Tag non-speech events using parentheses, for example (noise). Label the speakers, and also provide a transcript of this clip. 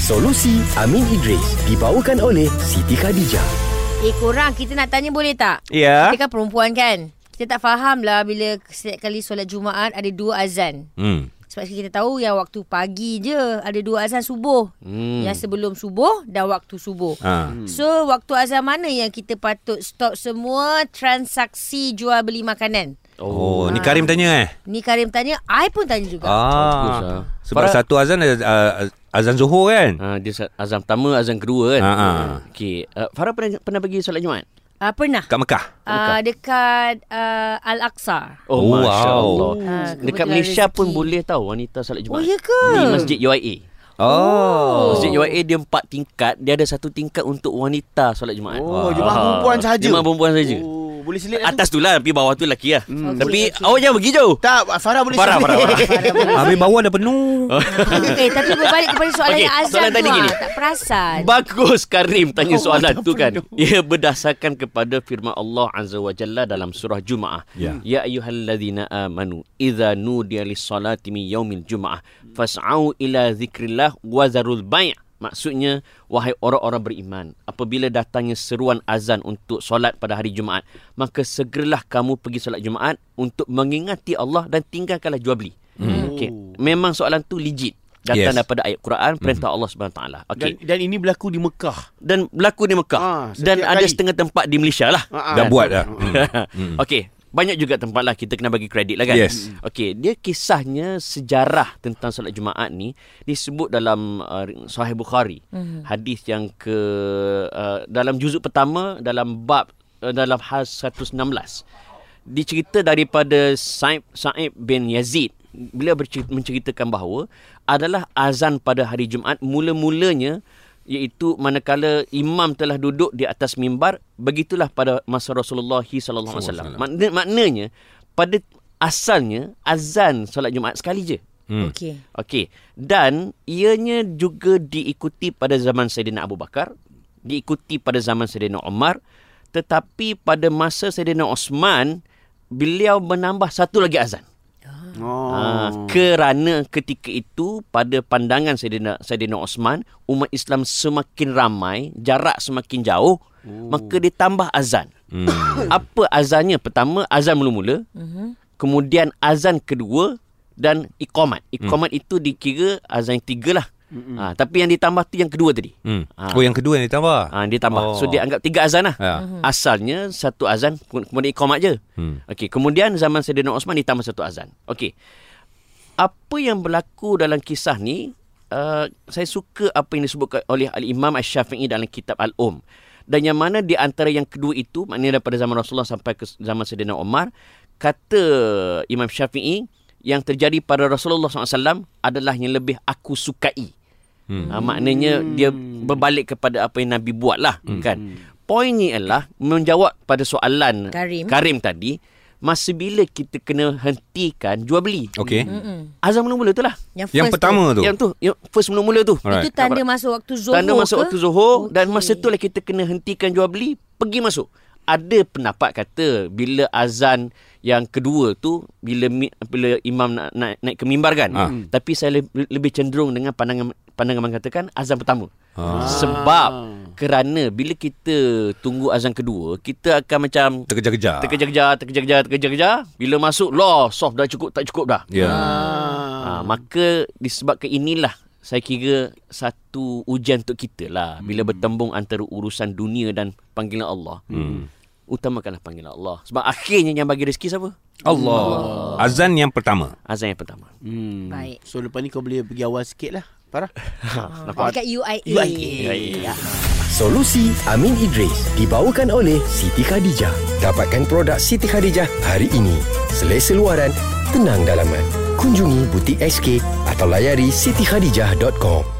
Speaker 1: Solusi Amin Idris dibawakan oleh Siti Khadijah.
Speaker 2: Eh korang kita nak tanya boleh tak?
Speaker 3: Ya.
Speaker 2: Kita kan perempuan kan? Kita tak faham lah bila setiap kali solat Jumaat ada dua azan.
Speaker 3: Hmm.
Speaker 2: Sebab kita tahu yang waktu pagi je ada dua azan subuh. Hmm. Yang sebelum subuh dan waktu subuh.
Speaker 3: Ha.
Speaker 2: So waktu azan mana yang kita patut stop semua transaksi jual beli makanan?
Speaker 3: Oh, ni Karim tanya eh.
Speaker 2: Ni Karim tanya, I pun tanya juga.
Speaker 4: Bagus lah.
Speaker 3: Ah. Sebab
Speaker 4: Farah-
Speaker 3: satu azan ada, uh, azan Zuhur kan?
Speaker 4: Ha, dia sa- azam pertama, azam kedua kan.
Speaker 3: Ha, ha.
Speaker 4: Okey. Uh, Farah pernah pernah pergi solat Jumaat?
Speaker 2: Uh, pernah.
Speaker 3: Kat Mekah.
Speaker 2: Uh, dekat uh,
Speaker 4: (laughs)
Speaker 2: Al-Aqsa.
Speaker 4: Oh,
Speaker 3: Oh,
Speaker 4: Masya
Speaker 3: wow.
Speaker 4: Allah.
Speaker 2: Ha,
Speaker 4: Dekat
Speaker 2: kebetulan
Speaker 4: Malaysia
Speaker 2: rezeki.
Speaker 4: pun boleh tahu wanita solat
Speaker 2: Oh,
Speaker 4: Jumaat.
Speaker 2: ya ke?
Speaker 4: Di Masjid UIA.
Speaker 3: Oh.
Speaker 4: Masjid UIA dia empat tingkat. Dia ada satu tingkat untuk wanita solat Jumaat.
Speaker 5: Oh, jemaah
Speaker 4: Ah.
Speaker 5: perempuan sahaja?
Speaker 4: Jemaah perempuan saja.
Speaker 5: Oh, boleh selit dah tu?
Speaker 4: Atas tu lah, tapi bawah tu lelaki lah. Hmm.
Speaker 2: Okey,
Speaker 4: Tapi
Speaker 2: okey.
Speaker 4: awak jangan pergi jauh.
Speaker 5: Tak, Farah boleh
Speaker 4: Farah,
Speaker 5: selit.
Speaker 4: Farah, Farah.
Speaker 3: Ah, Habis bawah dah penuh.
Speaker 2: eh, tapi berbalik kepada soalan
Speaker 4: Okey,
Speaker 2: yang azan
Speaker 4: soalan
Speaker 2: tu
Speaker 4: tadi
Speaker 2: ah.
Speaker 4: gini.
Speaker 2: Tak perasan.
Speaker 4: Bagus Karim tanya oh, soalan tu kan. Ia berdasarkan kepada firman Allah Azza wa Jalla dalam surah Jumaah.
Speaker 3: Ya.
Speaker 4: Ya ayyuhalladzina amanu idza nudiya lis-salati min yaumil jumu'ah fas'au ila zikrillah wa zarul bai'. Maksudnya wahai orang-orang beriman apabila datangnya seruan azan untuk solat pada hari Jumaat maka segeralah kamu pergi solat Jumaat untuk mengingati Allah dan tinggalkanlah jual beli. Hmm. Okey. Memang soalan tu legit datang
Speaker 3: Yes. Hmm.
Speaker 4: daripada ayat Quran perintah Allah Subhanahu Wa Taala.
Speaker 5: Dan,
Speaker 4: Okey
Speaker 5: dan ini berlaku di Mekah.
Speaker 4: dan berlaku di Mekah
Speaker 5: Ah, setiap
Speaker 4: dan ada
Speaker 5: kali.
Speaker 4: setengah tempat di Malaysia lah.
Speaker 5: Ah, ah.
Speaker 3: Dah buat dah.
Speaker 4: (laughs) Okey, banyak juga tempat lah kita kena bagi kredit lah kan.
Speaker 3: Yes.
Speaker 4: Okey, dia kisahnya sejarah tentang solat Jumaat ni disebut dalam uh, Sahih Bukhari. Hadis yang ke uh, dalam juzuk pertama dalam bab uh, dalam hal 116. Dicerita daripada Sa'ib Sa'ib bin Yazid beliau bercerita, menceritakan bahawa adalah azan pada hari Jumaat mula-mulanya iaitu manakala imam telah duduk di atas mimbar begitulah pada masa Rasulullah sallallahu alaihi wasallam. Makna- Maknanya pada asalnya azan solat Jumaat sekali je.
Speaker 2: Okey.
Speaker 4: Okey, dan ianya juga diikuti pada zaman Saidina Abu Bakar, diikuti pada zaman Saidina Umar, tetapi pada masa Saidina Osman beliau menambah satu lagi azan.
Speaker 5: Oh.
Speaker 4: Ah, kerana ketika itu pada pandangan Saidina Saidina Osman umat Islam semakin ramai jarak semakin jauh Ooh. maka ditambah azan
Speaker 3: Hmm.
Speaker 4: (coughs) apa azannya pertama azan mula-mula uh-huh. kemudian azan kedua dan iqamat iqamat itu dikira azan yang tiga lah ha, tapi yang ditambah tu yang kedua tadi
Speaker 3: Hmm.
Speaker 4: Ah.
Speaker 3: Oh, yang kedua yang ditambah.
Speaker 4: Ha, dia tambah. Oh. So
Speaker 3: Oh.
Speaker 4: dia anggap tiga azan lah.
Speaker 3: Ya.
Speaker 4: Uh-huh. Asalnya satu azan ke- kemudian iqamat je. Hmm. Okey, kemudian zaman Saidina Osman ditambah satu azan. Okey. Apa yang berlaku dalam kisah ni, uh, saya suka apa yang disebutkan oleh Al-Imam Asy-Syafi'i dalam kitab Al-Um. Dan yang mana di antara yang kedua itu, maknanya daripada zaman Rasulullah sampai ke zaman Saidina Omar, kata Imam Syafi'i, yang terjadi pada Rasulullah SAW adalah yang lebih aku sukai. Hmm. Ha, maknanya dia berbalik kepada apa yang Nabi buat lah hmm. kan. Poinnya ialah menjawab pada soalan
Speaker 2: Karim.
Speaker 4: Karim tadi. Masa bila kita kena hentikan jual beli.
Speaker 3: Okey.
Speaker 2: Hmm.
Speaker 4: Azam mula-mula tu lah.
Speaker 3: Yang
Speaker 2: first
Speaker 3: pertama tu.
Speaker 4: Yang Hmm. tu. Yang first mula-mula tu.
Speaker 3: Alright.
Speaker 2: Itu tanda masuk waktu zuhur
Speaker 4: Tanda masuk
Speaker 2: ke?
Speaker 4: waktu Zuhur. Okay. Dan masa tu lah kita kena hentikan jual beli. Pergi masuk. Ada pendapat kata bila azan yang kedua tu bila mi- bila imam nak naik, naik ke mimbar kan.
Speaker 3: Ah.
Speaker 2: Hmm.
Speaker 4: Tapi saya le- lebih cenderung dengan pandangan pandangan mengatakan azan pertama. Sebab kerana bila kita tunggu azan kedua, kita akan macam
Speaker 3: Terkejar-kejar.
Speaker 4: terkejar-kejar, terkejar-kejar, terkejar-kejar. Bila masuk, lah, soft dah cukup, tak cukup dah.
Speaker 3: Ya.
Speaker 4: Ha, maka disebabkan inilah saya kira satu ujian untuk kita lah bila bertembung antara urusan dunia dan panggilan Allah. Hmm. Utamakanlah panggilan Allah. Sebab akhirnya yang bagi rezeki siapa?
Speaker 3: Allah. Azan yang pertama.
Speaker 4: Azan yang pertama.
Speaker 5: Hmm.
Speaker 2: Baik.
Speaker 5: So lepas ni kau boleh pergi awal sikit lah. Farah.
Speaker 2: Dekat UIA.
Speaker 4: Ya.
Speaker 1: Solusi Amin Idris dibawakan oleh Siti Khadijah. Dapatkan produk Siti Khadijah hari ini. Selesa luaran, tenang dalaman. Kunjungi butik SK atau layari sitikhadijah.com.